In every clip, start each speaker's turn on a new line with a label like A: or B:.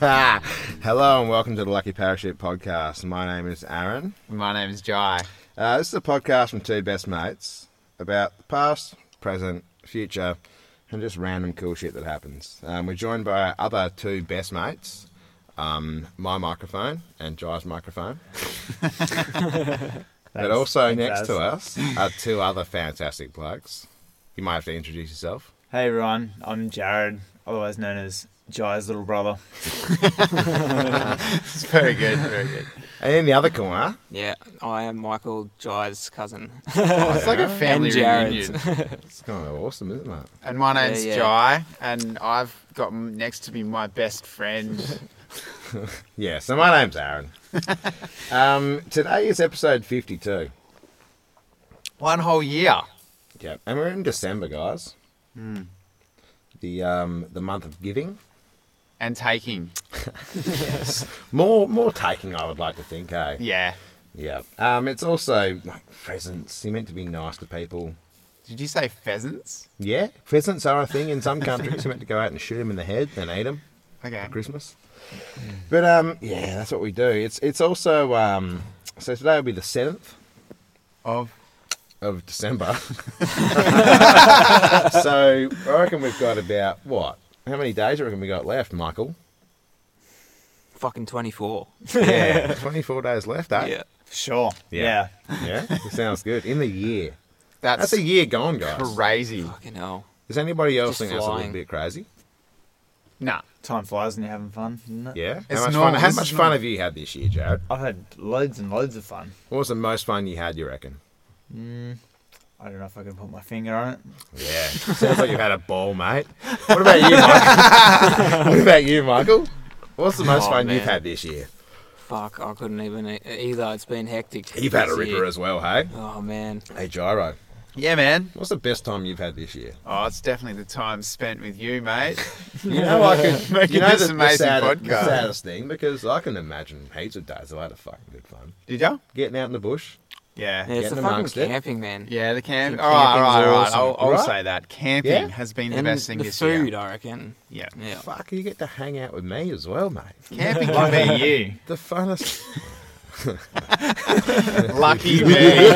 A: Hello and welcome to the Lucky Parachute Podcast. My name is Aaron.
B: My name's Jai.
A: Uh, this is a podcast from two best mates about the past, present, future, and just random cool shit that happens. Um, we're joined by our other two best mates, um, my microphone and Jai's microphone. but
C: Thanks.
A: also
C: Thanks,
A: next
C: Az.
A: to us are two other fantastic blokes. You might have to introduce yourself.
C: Hey everyone, I'm Jared, otherwise known as Jai's little brother.
B: It's very good, very good.
A: And in the other corner,
D: Yeah, I am Michael Jai's cousin.
B: It's like a family
D: And Jared's.
B: reunion.
A: it's kind of awesome, isn't it?
B: And my name's
D: Yeah, yeah.
B: Jai, and I've got m- next to me my best friend.
A: Yeah, so my name's Aaron. um, today is episode 52.
B: One whole year.
A: Yeah, and we're in December, guys. The um, the month of giving.
B: And taking.
A: More more taking, I would like to think, eh?
B: Yeah.
A: Yeah. Um, it's also like presents. You're meant to be nice to people.
B: Did you say pheasants?
A: Yeah, presents are a thing in some countries. You're meant to go out and shoot them in the head and eat them
B: Okay.
A: at Christmas. But um, yeah, that's what we do. It's it's also um, so today will be the seventh
B: Of.
A: of December. so I reckon we've got about what? How many days do you reckon we got left, Michael?
D: Fucking 24.
A: Yeah, 24 days left, eh?
D: Yeah.
C: For sure.
A: Yeah.
C: Yeah.
A: Yeah, it sounds good. In the year.
B: That's,
A: That's a year gone, guys.
B: crazy.
D: Fucking hell.
A: Does anybody else
D: Just
A: think that's a little
D: flying.
A: bit crazy?
B: Nah.
C: Time flies when you're having fun, isn't it?
A: Yeah?
B: It's
A: how much,
B: normal,
A: fun, how
B: this
A: much
B: is
A: fun
B: normal.
A: have you had this year, Jared?
C: I've had loads and loads of fun.
A: What was the most fun you had, you reckon?
C: I don't know if I can put my finger on it.
A: Yeah. sounds like you've had a ball, mate. What about you, Michael? what about you, Michael? What's the most
D: Oh,
A: fun you've
D: man.
A: had this year?
D: Fuck, I couldn't even e- either. It's been hectic.
A: You've had a
D: this
A: ripper
D: year.
A: as well, hey?
D: Oh, man.
A: Hey, Gyro.
B: Yeah, man.
A: What's the best time you've had this year?
B: Oh, it's definitely the time spent with you, mate.
A: You know, I can
B: Making
A: you know
B: this
A: the, the,
B: amazing
A: saddest, the
B: podcast.
A: saddest thing because I can imagine heaps of days I've had a fucking good fun.
B: Did ya?
A: Getting out in the bush,
D: Yeah,
B: Yeah.
D: it's
A: Getting
D: the fucking
A: amongst it.
D: camping, man.
B: Yeah, the camp.
D: The
B: All right, all
D: camping's
B: right, all right.
D: awesome.
B: I'll, I'll
A: Right?
B: say that. Camping
A: Yeah.
B: has been the
D: And
B: best thing
D: the
B: this
D: food,
B: year.
D: I reckon.
B: Yeah.
D: Yeah.
A: Fuck, you get to hang out with me as well, mate.
B: Camping can be you.
A: The funnest.
B: Lucky me.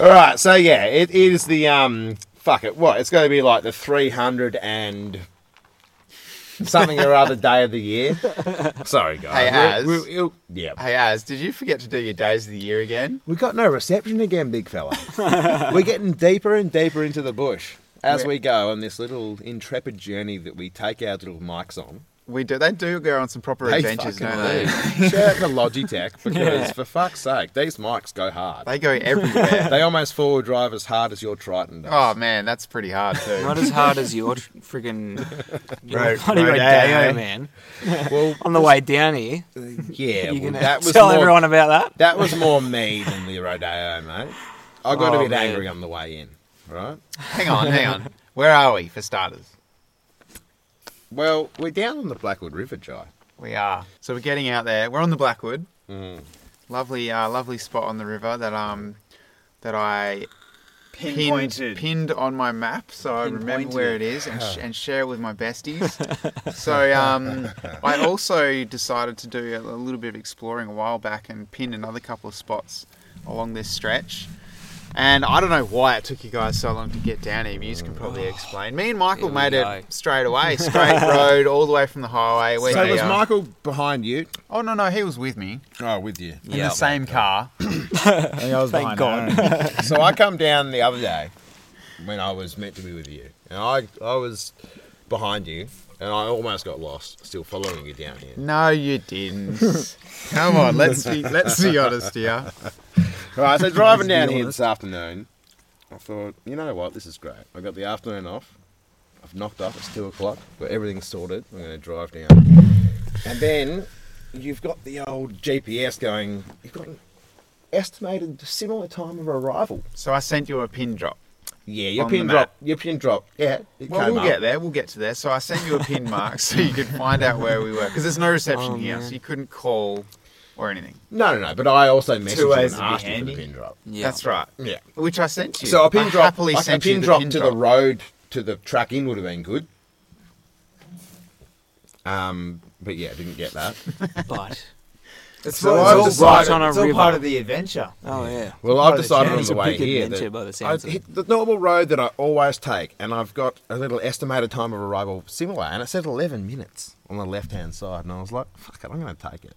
A: All right, so yeah, it is the um. Fuck it, what? It's going to be like the three hundred and something or other day of the year. Sorry, guys.
B: Hey, Az.
A: We- we- we- yeah.
B: hey, Az, did you forget to do your days of the year again?
A: We got no reception again, big fella. We're getting deeper and deeper into the bush as
B: We're-
A: we go on this little intrepid journey that we take our little mics on.
B: We do. They do go on some proper
A: They
B: adventures,
A: fucking
B: don't they?
A: Shout out to Logitech because, for fuck's sake, these mics go hard.
B: They go everywhere.
A: They almost forward drive as hard as your Triton does.
B: oh man, that's pretty hard
D: Not
B: too.
D: as hard as your tr- friggin' your
B: Right,
D: bloody
B: right,
D: Rodeo,
B: eh?
D: man.
A: well,
D: On the way down here,
A: yeah,
D: you're
A: well,
D: gonna
A: that was
D: tell
A: more,
D: everyone about that.
A: That was more me than the rodeo, mate. I got a
D: Oh,
A: bit
D: man.
A: angry on the way in. Right.
B: hang on, hang on. Where are we for starters?
A: Well, we're down on the Blackwood River, Jai.
B: We are. So we're getting out there. We're on the Blackwood.
D: Mm.
B: Lovely, uh, lovely spot on the river that um that I pinned,
C: Pinpointed.
B: pinned on my map, so I remember
C: Pinpointed.
B: where it is and, sh- and share it with my besties. so um, I also decided to do a, a little bit of exploring a while back and pinned another couple of spots along this stretch. And I don't know why it took you guys so long to get down here. but You can probably explain. Me and Michael
D: Oh. Here we
B: made
D: go.
B: it straight away, straight road, all the way from the highway. We're
A: so was
B: here.
A: Michael behind you?
B: Oh no, no, he was with me
A: Oh, with you.
B: in the same car.
C: I think I was
D: Thank
C: behind God.
A: so I come down the other day when I was meant to be with you, and I I was behind you, and I almost got lost, still following you down here.
B: No, you didn't. Come on, let's be let's be honest here.
A: Right, so driving down here this afternoon, I thought, you know what, this is great. I got the afternoon off. I've knocked off. It's two o'clock, but everything's sorted. I'm going to drive down, and then you've got the old GPS going. You've got an estimated similar time of arrival.
B: So I sent you a pin drop.
A: Yeah, your
B: On the
A: pin
B: map.
A: drop. Your pin drop. Yeah, it
B: Well,
A: came
B: we'll
A: up.
B: get there. We'll get to there. So I sent you a pin mark so you could find out where we were because there's no reception
D: Oh,
B: here,
D: man.
B: so you couldn't call or anything.
A: No, no, no. But I also messaged you and
C: ways to be
A: asked you for the
C: handy.
A: pin drop.
D: Yeah.
B: That's right.
A: Yeah.
B: Which I sent you.
A: So a pin
B: I
A: drop,
B: happily
A: like a
B: sent
A: pin
B: you the
A: drop
B: pin
A: to
B: drop.
A: the road to the track in would have been good. Um, but yeah, didn't get that.
D: But
C: It's,
A: So
C: all-
A: I've
C: it's all,
A: decided-
C: part, it's
D: on a
C: all part
D: river.
C: of the adventure.
D: oh yeah,
A: Well,
C: Well,
A: I've
C: the
A: decided on
D: it's
A: the
D: a
A: way
D: big
A: here
D: adventure
A: that
D: by the
A: I
D: sounds of
A: hit the normal road that I always take, and I've got a little estimated time of arrival similar, and it said 11 minutes on the left-hand side, and I was like, "Fuck it, I'm going to take it."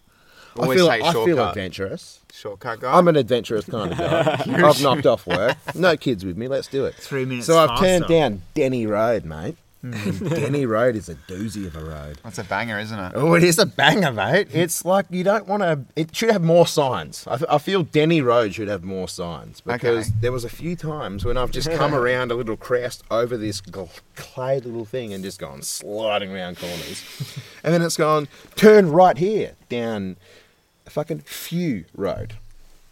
A: I
B: Always
A: feel,
B: take
A: I feel
B: shortcut.
A: adventurous.
B: Shortcut guy.
A: I'm an adventurous kind of guy. I've knocked off work. No kids with me. Let's do it.
C: Three minutes
A: So I've turned
C: faster. Mm.
A: down Denny Road, mate. Denny Road is a doozy of a road.
B: That's a banger, isn't it?
A: Oh, it is a banger, mate.
B: Mm.
A: It's like you don't want to. It should have more signs. I, f- I feel Denny Road should have more signs because
B: Okay.
A: there was a few times when I've just come around a little crest over this gl- clay little thing and just gone sliding around corners, and then it's gone turn right here down fucking Few Road.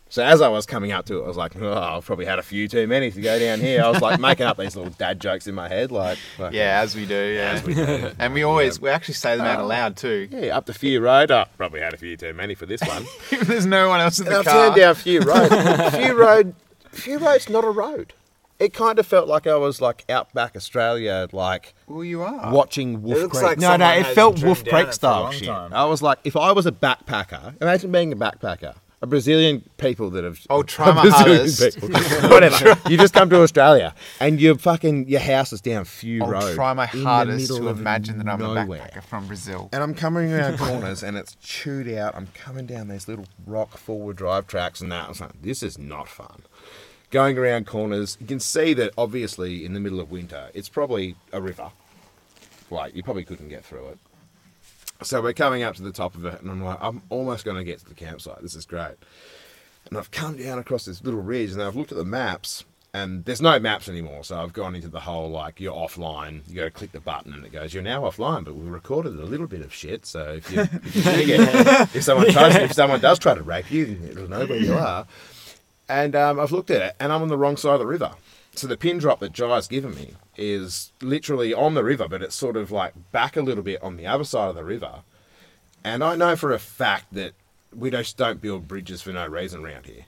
A: So as I was coming up to it, I was like, oh, I've probably had a few too many to go down here. I was like making up these little dad jokes in my head, like, like
B: Yeah, as we do. Yeah, Oh.
A: as we do.
B: and we always we actually say them out aloud too.
A: Yeah, up the Few Road. Oh, probably had a few too many for this one.
B: If There's no one else in
A: And
B: the
A: I've
B: car.
A: turned down Few Road. Few Road, Few Road's not a road. It kind of felt like I was like out back Australia, like
B: Well, you are.
A: watching Wolf
C: Uh, looks
A: Creek.
C: like
A: no, no,
C: someone
A: it
C: has
A: felt
C: driven
A: Wolf
C: down it
A: Creek
C: for a
A: style
C: long
A: shit.
C: time.
A: I was like, if I was a backpacker, imagine being a backpacker. A Brazilian people that have
B: Oh, try my
A: Brazilian
B: hardest.
A: people. whatever. You just come to Australia and your fucking your house is down Few
B: I'll
A: Road.
B: try my
A: in the
B: hardest
A: middle
B: to
A: of
B: imagine that I'm
A: nowhere
B: a backpacker from Brazil.
A: and I'm coming around corners and it's chewed out. I'm coming down these little rock forward drive tracks and that. I was like, this is not fun. Going around corners, you can see that obviously in the middle of winter, it's probably a river. Like, you probably couldn't get through it. So we're coming up to the top of it, and I'm like, I'm almost going to get to the campsite. This is great. And I've come down across this little ridge, and I've looked at the maps, and there's no maps anymore. So I've gone into the whole like, you're offline. You got to click the button, and it goes, you're now offline. But we recorded a little bit of shit, so if you, if, you do get, if someone tries, if someone does try to rape you, it'll know where you are. And um, I've looked at it, and I'm on the wrong side of the river. So the pin drop that Jai's given me is literally on the river, but it's sort of like back a little bit on the other side of the river. And I know for a fact that we just don't build bridges for no reason around here.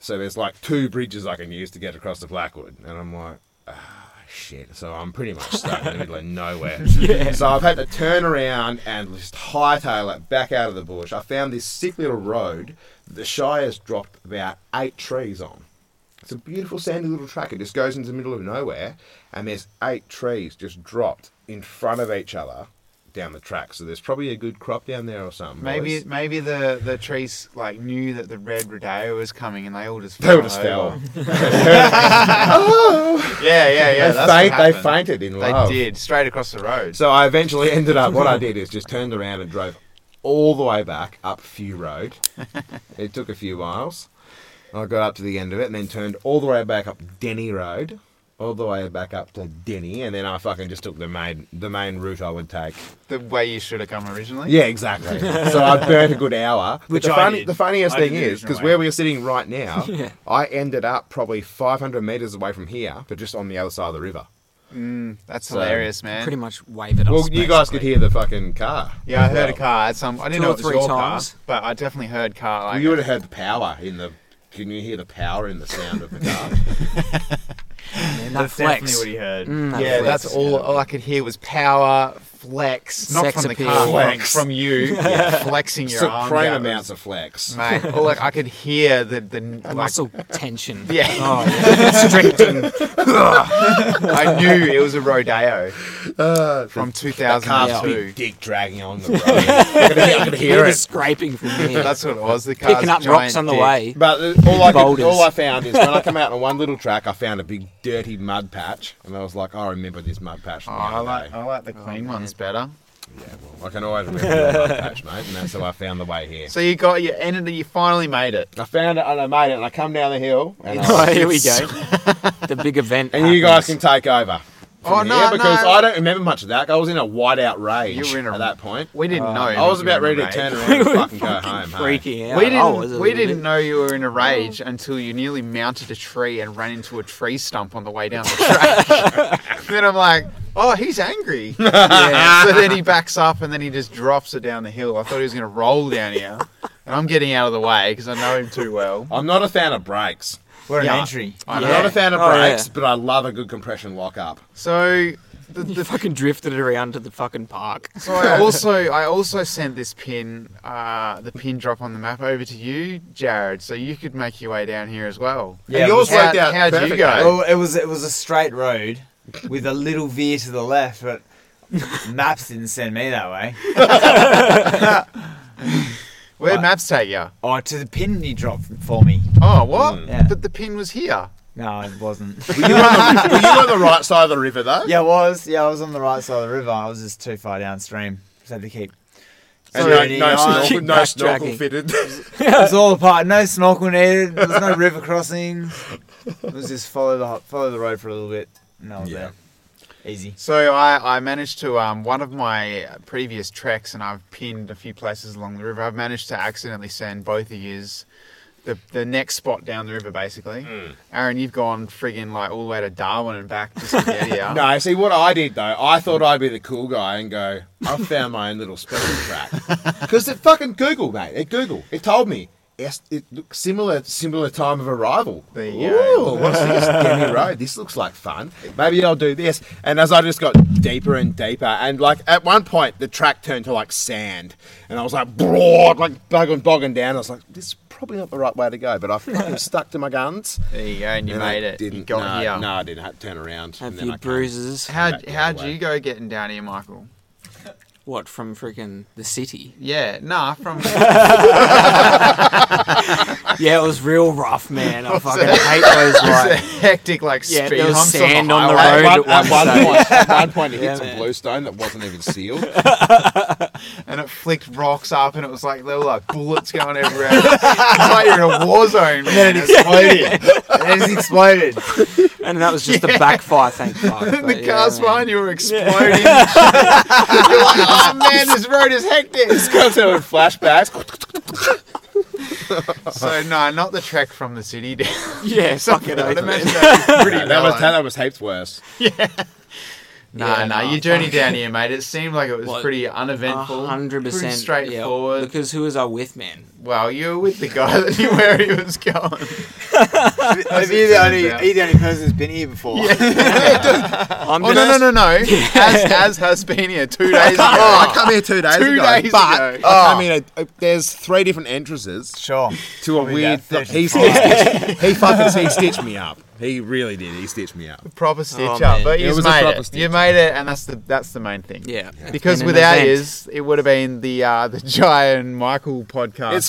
A: So there's like two bridges I can use to get across to Blackwood, and I'm like, ah, shit. So I'm pretty much stuck in the middle of nowhere. So I've had to turn around and just hightail it back out of the bush. I found this sick little road that the Shire's dropped about eight trees on. It's a beautiful sandy little track. It just goes into the middle of nowhere, and there's eight trees just dropped in front of each other down the track. So there's probably a good crop down there or something.
B: Maybe
A: boys.
B: maybe the, the trees like knew that the red rodeo was coming and they all just
A: they all just
B: over.
A: fell. oh!
B: Yeah, yeah, yeah.
A: they,
B: that's what
A: faint, they
B: happened.
A: fainted in
B: They
A: love.
B: did straight across the road.
A: So I eventually ended up. What I did is just turned around and drove all the way back up Few Road. It took a few miles. I got up to the end of it and then turned all the way back up Denny Road, all the way back up to Denny, and then I fucking just took the main the main route I would take.
B: the way you should have come originally.
A: Yeah, exactly. so I burnt a good hour. But
C: Which
A: the,
C: I
A: funny,
C: did.
A: the funniest
C: I
A: thing
C: did the
A: is,
C: original
A: because
C: way.
A: where we are sitting right now,
D: Yeah.
A: I ended up probably 500 meters away from here, but just on the other side of the river.
B: That's
A: So,
B: hilarious, man.
D: pretty much wave it off.
A: Well, you guys could hear the fucking car.
B: Yeah, I
A: as
B: heard a
A: well.
B: car at some. I didn't
D: Two
B: know
D: or
B: it was
D: three
B: your
D: times.
B: car, but I definitely heard car. Like,
A: you would have heard the power in the. Can you hear the power in the sound of the car?
D: man, that
C: That's
D: flex.
C: definitely what he heard.
D: Mm,
B: yeah,
D: that
B: that's
D: flex.
B: all. All I could hear was power, flex, not
D: Sex
B: from the
D: appeal.
B: car,
A: Flex.
B: from you, flexing your arms.
A: Supreme
B: out.
A: amounts of flex.
B: mate. All like I could hear the the like,
D: muscle tension.
B: Yeah.
D: Oh, constricting.
B: I knew it was a rodeo from
A: Car's
B: 2002.
A: big dick dragging on the road. I could, I could hear
D: You're
A: it.
D: scraping from here.
B: That's what it was. The car's
D: Picking up
B: giant
D: rocks on the
B: dick.
D: way.
A: But uh, all I, could,
D: Boulders.
A: all I found is when I come out on one little track, I found a big dirty mud patch, and I was like, "Oh, I remember this mud patch. From
B: Oh,
A: the
B: I
A: other
B: like
A: day.
B: I like the clean one's better.
A: Yeah, well, I can always remember that mud patch, mate, and that's how I found the way here.
B: So you got you ended. You finally made it.
A: I found it and I made it, and I come down the hill, and,
D: Oh,
A: I,
D: here we go. The big event.
A: and you guys can
D: happens.
A: take over. from
B: Oh, no,
A: because
B: no.
A: I don't remember much of that. I was in a whiteout rage
B: You were in a-
A: at that point.
B: We didn't know.
A: I was
B: you were
A: about
B: in
A: ready to
B: Uh, a rage.
A: turn around and fucking go home. hey.
D: freaking out.
B: We didn't.
D: I Oh, was a
B: we
D: little
B: didn't
D: bit-
B: know you were in
D: Oh.
B: a rage until you nearly mounted a tree and ran into a tree stump on the way down the track. then I'm like, oh, he's angry.
D: Yeah.
B: so then he backs up and then he just drops it down the hill. I thought he was going to roll down here, and I'm getting out of the way because I know him too well.
A: I'm not a fan of brakes.
C: We're
B: Yeah.
C: an entry.
B: I
A: I'm
B: know.
A: not a fan of
D: Oh,
A: brakes,
D: yeah.
A: but I love a good compression lockup.
B: So the,
D: You
B: the
D: fucking drifted it around to the fucking park.
B: So I also I also sent this pin uh, the pin drop on the map over to you, Jared, so you could make your way down here as well.
C: Yeah,
A: and yours
B: how-
A: worked out
B: how'd you
A: perfect,
B: go?
A: mate.
C: Well, it was it was a straight road with a little veer to the left, but maps didn't send me that way.
B: Where'd
C: Right.
B: maps take you?
C: Oh, to the pin you dropped for me.
B: Oh, what?
C: Yeah.
B: But the pin was here.
C: No, it wasn't.
A: Were you, on the, were you on the right side of the river though?
C: yeah, I was. Yeah, I was on the right side of the river. I was just too far downstream. Just had to keep.
A: And no,
C: Sorry,
A: no,
C: I-
A: snorkel, no snorkel
D: backtracking.
A: fitted.
C: It was all apart. No snorkel needed. There was no river crossing. It was just follow the follow the road for a little bit. No,
A: Yeah.
C: yeah. there. Easy.
B: So I, I managed to um, one of my previous treks, and I've pinned a few places along the river. I've managed to accidentally send both of yous the the next spot down the river, basically. Aaron, you've gone friggin' like all the way to Darwin and back just to get here.
A: No, see what I did though. I thought I'd be the cool guy and go. I've found my own little special track because it fucking Google, mate. It Google. It told me. Yes, it looks similar. Similar time of arrival.
B: There you go.
A: Ooh, what's this demi road? This looks like fun. Maybe I'll do this. And as I just got deeper and deeper, and like at one point the track turned to like sand, and I was like broad, like bogging, bogging down. I was like, this is probably not the right way to go. But I fucking stuck to my guns.
B: There you go, and you
A: And
B: made
A: I
B: it.
A: Didn't,
B: you got
A: no,
B: here.
A: No, I didn't. I had to turn around.
D: Have
A: and then
D: few
A: I came.
D: bruises.
B: How
A: Back the
B: how'd
A: other way.
B: you go getting down here, Michael?
D: What from freaking the city?
B: Yeah, nah, from
D: Yeah, it was real rough, man. I fucking hate those like
B: hectic like
D: Yeah,
B: street
D: there was
B: humps
D: sand
B: on
D: on
B: the
D: the
B: highway.
A: At
D: road.
A: one,
D: at
A: at
D: one
A: one
D: stage.
A: point, at one point, it
D: Yeah,
A: hit some
D: man.
A: blue stone that wasn't even sealed.
B: and it flicked rocks up, and it was like there were like bullets going everywhere. it's like you're in a war zone. Man. It's
C: Exploded. it just exploded.
D: And that was just the backfire, thank fuck.
B: the
D: but yeah,
B: cars
D: man.
B: behind you were exploding. you're like, oh man, this road is hectic.
A: Comes out with flashbacks.
B: So no, not the trek from the city down.
D: Yeah, fuck
B: Something
D: it.
B: I'd
D: over.
B: imagine that was pretty
A: that was
B: bad.
A: that was heaps worse.
B: Nah,
D: Yeah,
B: nah,
D: nah,
B: your journey down here, mate. It seemed like it was
D: What?
B: pretty
D: A
B: uneventful,
D: hundred
B: pretty
D: percent yeah,
B: straightforward.
D: because who was I with, man?
B: Well, you were with the guy that knew where he was going.
C: Are
B: it
C: you the
B: turns
C: only?
B: out.
C: Are you the only person who's been here before?
D: I'm
B: Oh
D: just,
B: no no no no! As as has been here two days ago.
D: Oh,
A: I come here two days
B: Two
A: ago, Oh.
B: days
A: but
B: ago.
A: I come in. A, there's three different entrances
C: Sure.
A: to a
C: Probably
A: weird.
C: about
A: Th- he, stitched, he fucking he stitched me up. He really did. He stitched me up.
B: proper stitch
D: Oh,
B: up,
D: man.
B: but
A: It
B: you
A: was a
B: made
A: proper
B: it.
A: stitch
B: You
A: up.
B: made it, and that's the that's the main thing.
D: Yeah, it's
B: Because
D: been an
B: without
D: event.
B: his, it would have been the uh, the Jai and Michael podcast.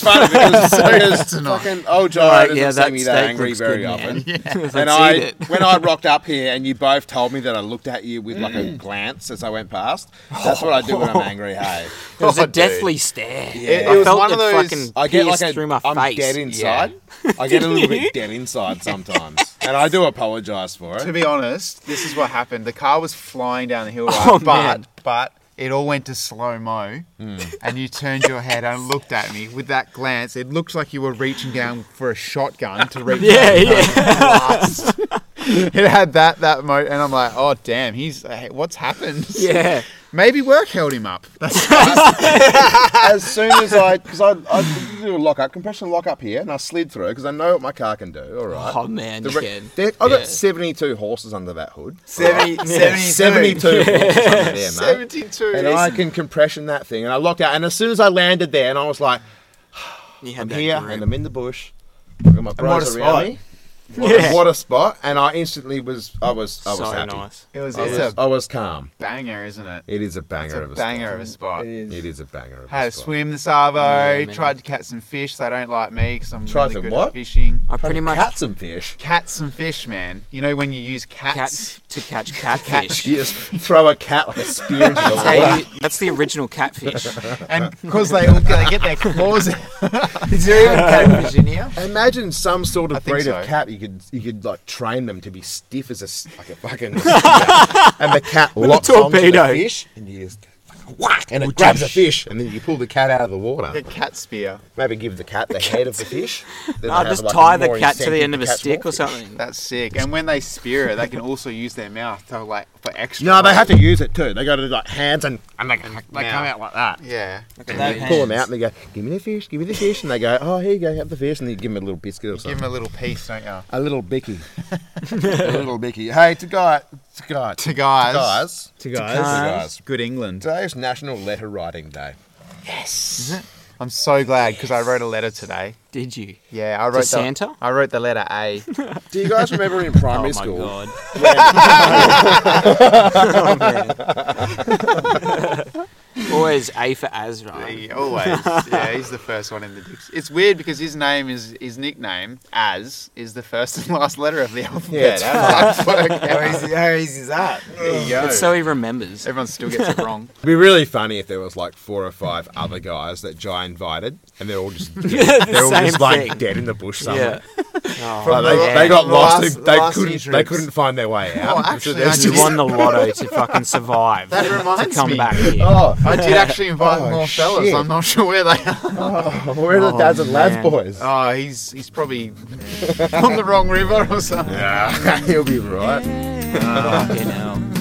A: It's funny because so
B: It's not.
A: fucking old Joe
D: Alright,
A: doesn't
D: yeah,
A: see
D: that
A: me
D: steak
A: that angry
D: looks
A: very
D: good,
A: often.
D: man. Let's
A: And
D: eat
A: I,
D: it.
A: when I rocked up here, and you both told me that I looked at you with like
D: Mm.
A: a glance as I went past. That's what I do when I'm angry. Hey,
D: It was
B: Oh,
D: a
B: dude.
D: deathly stare.
A: Yeah. It- it
D: I
A: was
D: felt
B: one of
D: it
B: those-
D: Fucking
A: I get like
D: pierced
A: a,
D: through my
A: am
D: face.
A: dead inside. I get a little bit dead inside sometimes, and I do apologise for
B: to
A: it.
B: be honest, this is what happened. The car was flying down the hill, right?
D: Oh,
B: but
D: man. Hmm.
B: but it all went to slow mo, and you turned your head and looked at me with that glance. It looked like you were reaching down for a shotgun to reach.
D: Yeah,
B: out
D: yeah.
B: last. it had that that mo, and I'm like, oh damn, he's hey, what's happened?
D: Yeah.
B: Maybe work held him up.
A: As soon as I, because I, I do a lock up compression lock up here, and I slid through because I know what my car can do. All right.
D: Oh man,
A: The
D: the
A: re- there- I got 72 horses under that hood.
C: 70, 72.
A: 72 horses under there, mate.
B: Seventy-two.
A: and I can compression that thing. And I locked out. And as soon as I landed there, and I was like,
D: You
A: I'm
D: had that
A: here,
D: grip.
A: and I'm in the bush. I've got my
C: what a
A: bros
C: spot.
A: around me. What,
D: Yeah.
A: a, what a spot! And I instantly was, I was, I was
D: so
A: happy.
D: nice.
B: it was
A: I
B: it's
A: was,
B: a
A: I was calm.
B: banger, isn't it?
A: It is a
B: It's
A: banger
B: a
A: of a
B: banger of
A: spot.
B: a spot.
A: It is a banger of
B: Had
A: a
B: to
A: spot.
B: swim the Savo.
D: Yeah, man.
B: tried to catch some fish. They don't like me because I'm
A: Tried
B: really
A: some
B: good
A: what?
B: at fishing.
D: I pretty much
A: Cats and fish.
B: Cats and fish, man. You know when you use cats.
D: cats to catch catfish.
A: You just throw a cat like a spear into the
D: Hey,
A: water.
D: that's the original catfish.
B: And because they all they get their claws out.
C: Is there even catfish in here?
A: Imagine some sort of
B: think
A: breed
B: so.
A: of cat you could you could like train them to be stiff as a s- like a fucking and the cat locks onto the
D: torpedo.
A: fish and you just whack and it grabs a fish and then you pull the cat out of the
B: The
A: water.
B: cat spear.
A: Maybe give the cat the head of the fish. Then
D: I'll
A: they
D: just
A: have, like,
D: tie the
A: more
D: cat to the
A: incentive
D: end of a
A: catch
D: stick
A: more
D: or
A: fish.
D: something.
B: That's sick. And when they spear it, they can also use their mouth to like for extra.
A: No, they
B: bite.
A: have to use it too. They go to like hands and, and they, they come
B: Mouth.
A: out like that.
B: Yeah.
A: And you pull them out and they go, "Give me the fish, give me the fish," and they go, "Oh, here you go, have the fish," and you give them a little biscuit or
B: Give
A: something.
B: them a little piece, don't you?
A: A little bicky. a little bicky. Hey, to guy, to guys.
B: To guys.
A: To guys.
E: To
D: Guys.
E: guys. Good England.
A: Today's National Letter Writing Day.
B: I'm so glad because I wrote a letter today.
D: Did you?
B: Yeah, I wrote the,
D: Santa?
B: I wrote the letter A.
A: Do you guys remember in primary
D: oh my
A: school?
D: god. Always Oh, A for Azra.
B: He always, yeah, he's the first one in the Dixie. It's weird because his name is his nickname as is the first and last letter of the
A: Yeah,
B: alphabet.
A: it's
C: How easy, how easy is that?
D: But so he remembers.
B: Everyone still gets it wrong.
A: It'd be really funny if there was like four or five other guys that Jai invited, and they're all just dead. they're all
D: Same
A: just like
D: thing.
A: dead in the bush
D: Yeah.
A: somewhere. Like, they,
D: yeah.
A: they got
C: The
A: lost.
C: last-
A: in- they
C: last few
A: couldn't. They
C: trips.
A: couldn't find their way out.
B: Oh,
A: So
B: actually,
A: there's
B: I
D: You
A: just-
D: won the lotto to fucking survive.
B: That
D: to
B: reminds
D: come
B: me.
D: back here.
A: Oh,
B: I did actually invite
A: Oh,
B: more fellas.
A: shit.
B: I'm not sure where they are.
A: where are the dads and lads
D: man.
A: boys?
B: Oh, he's he's probably on the wrong river or something.
A: Yeah, he'll be right.
D: Fucking hell.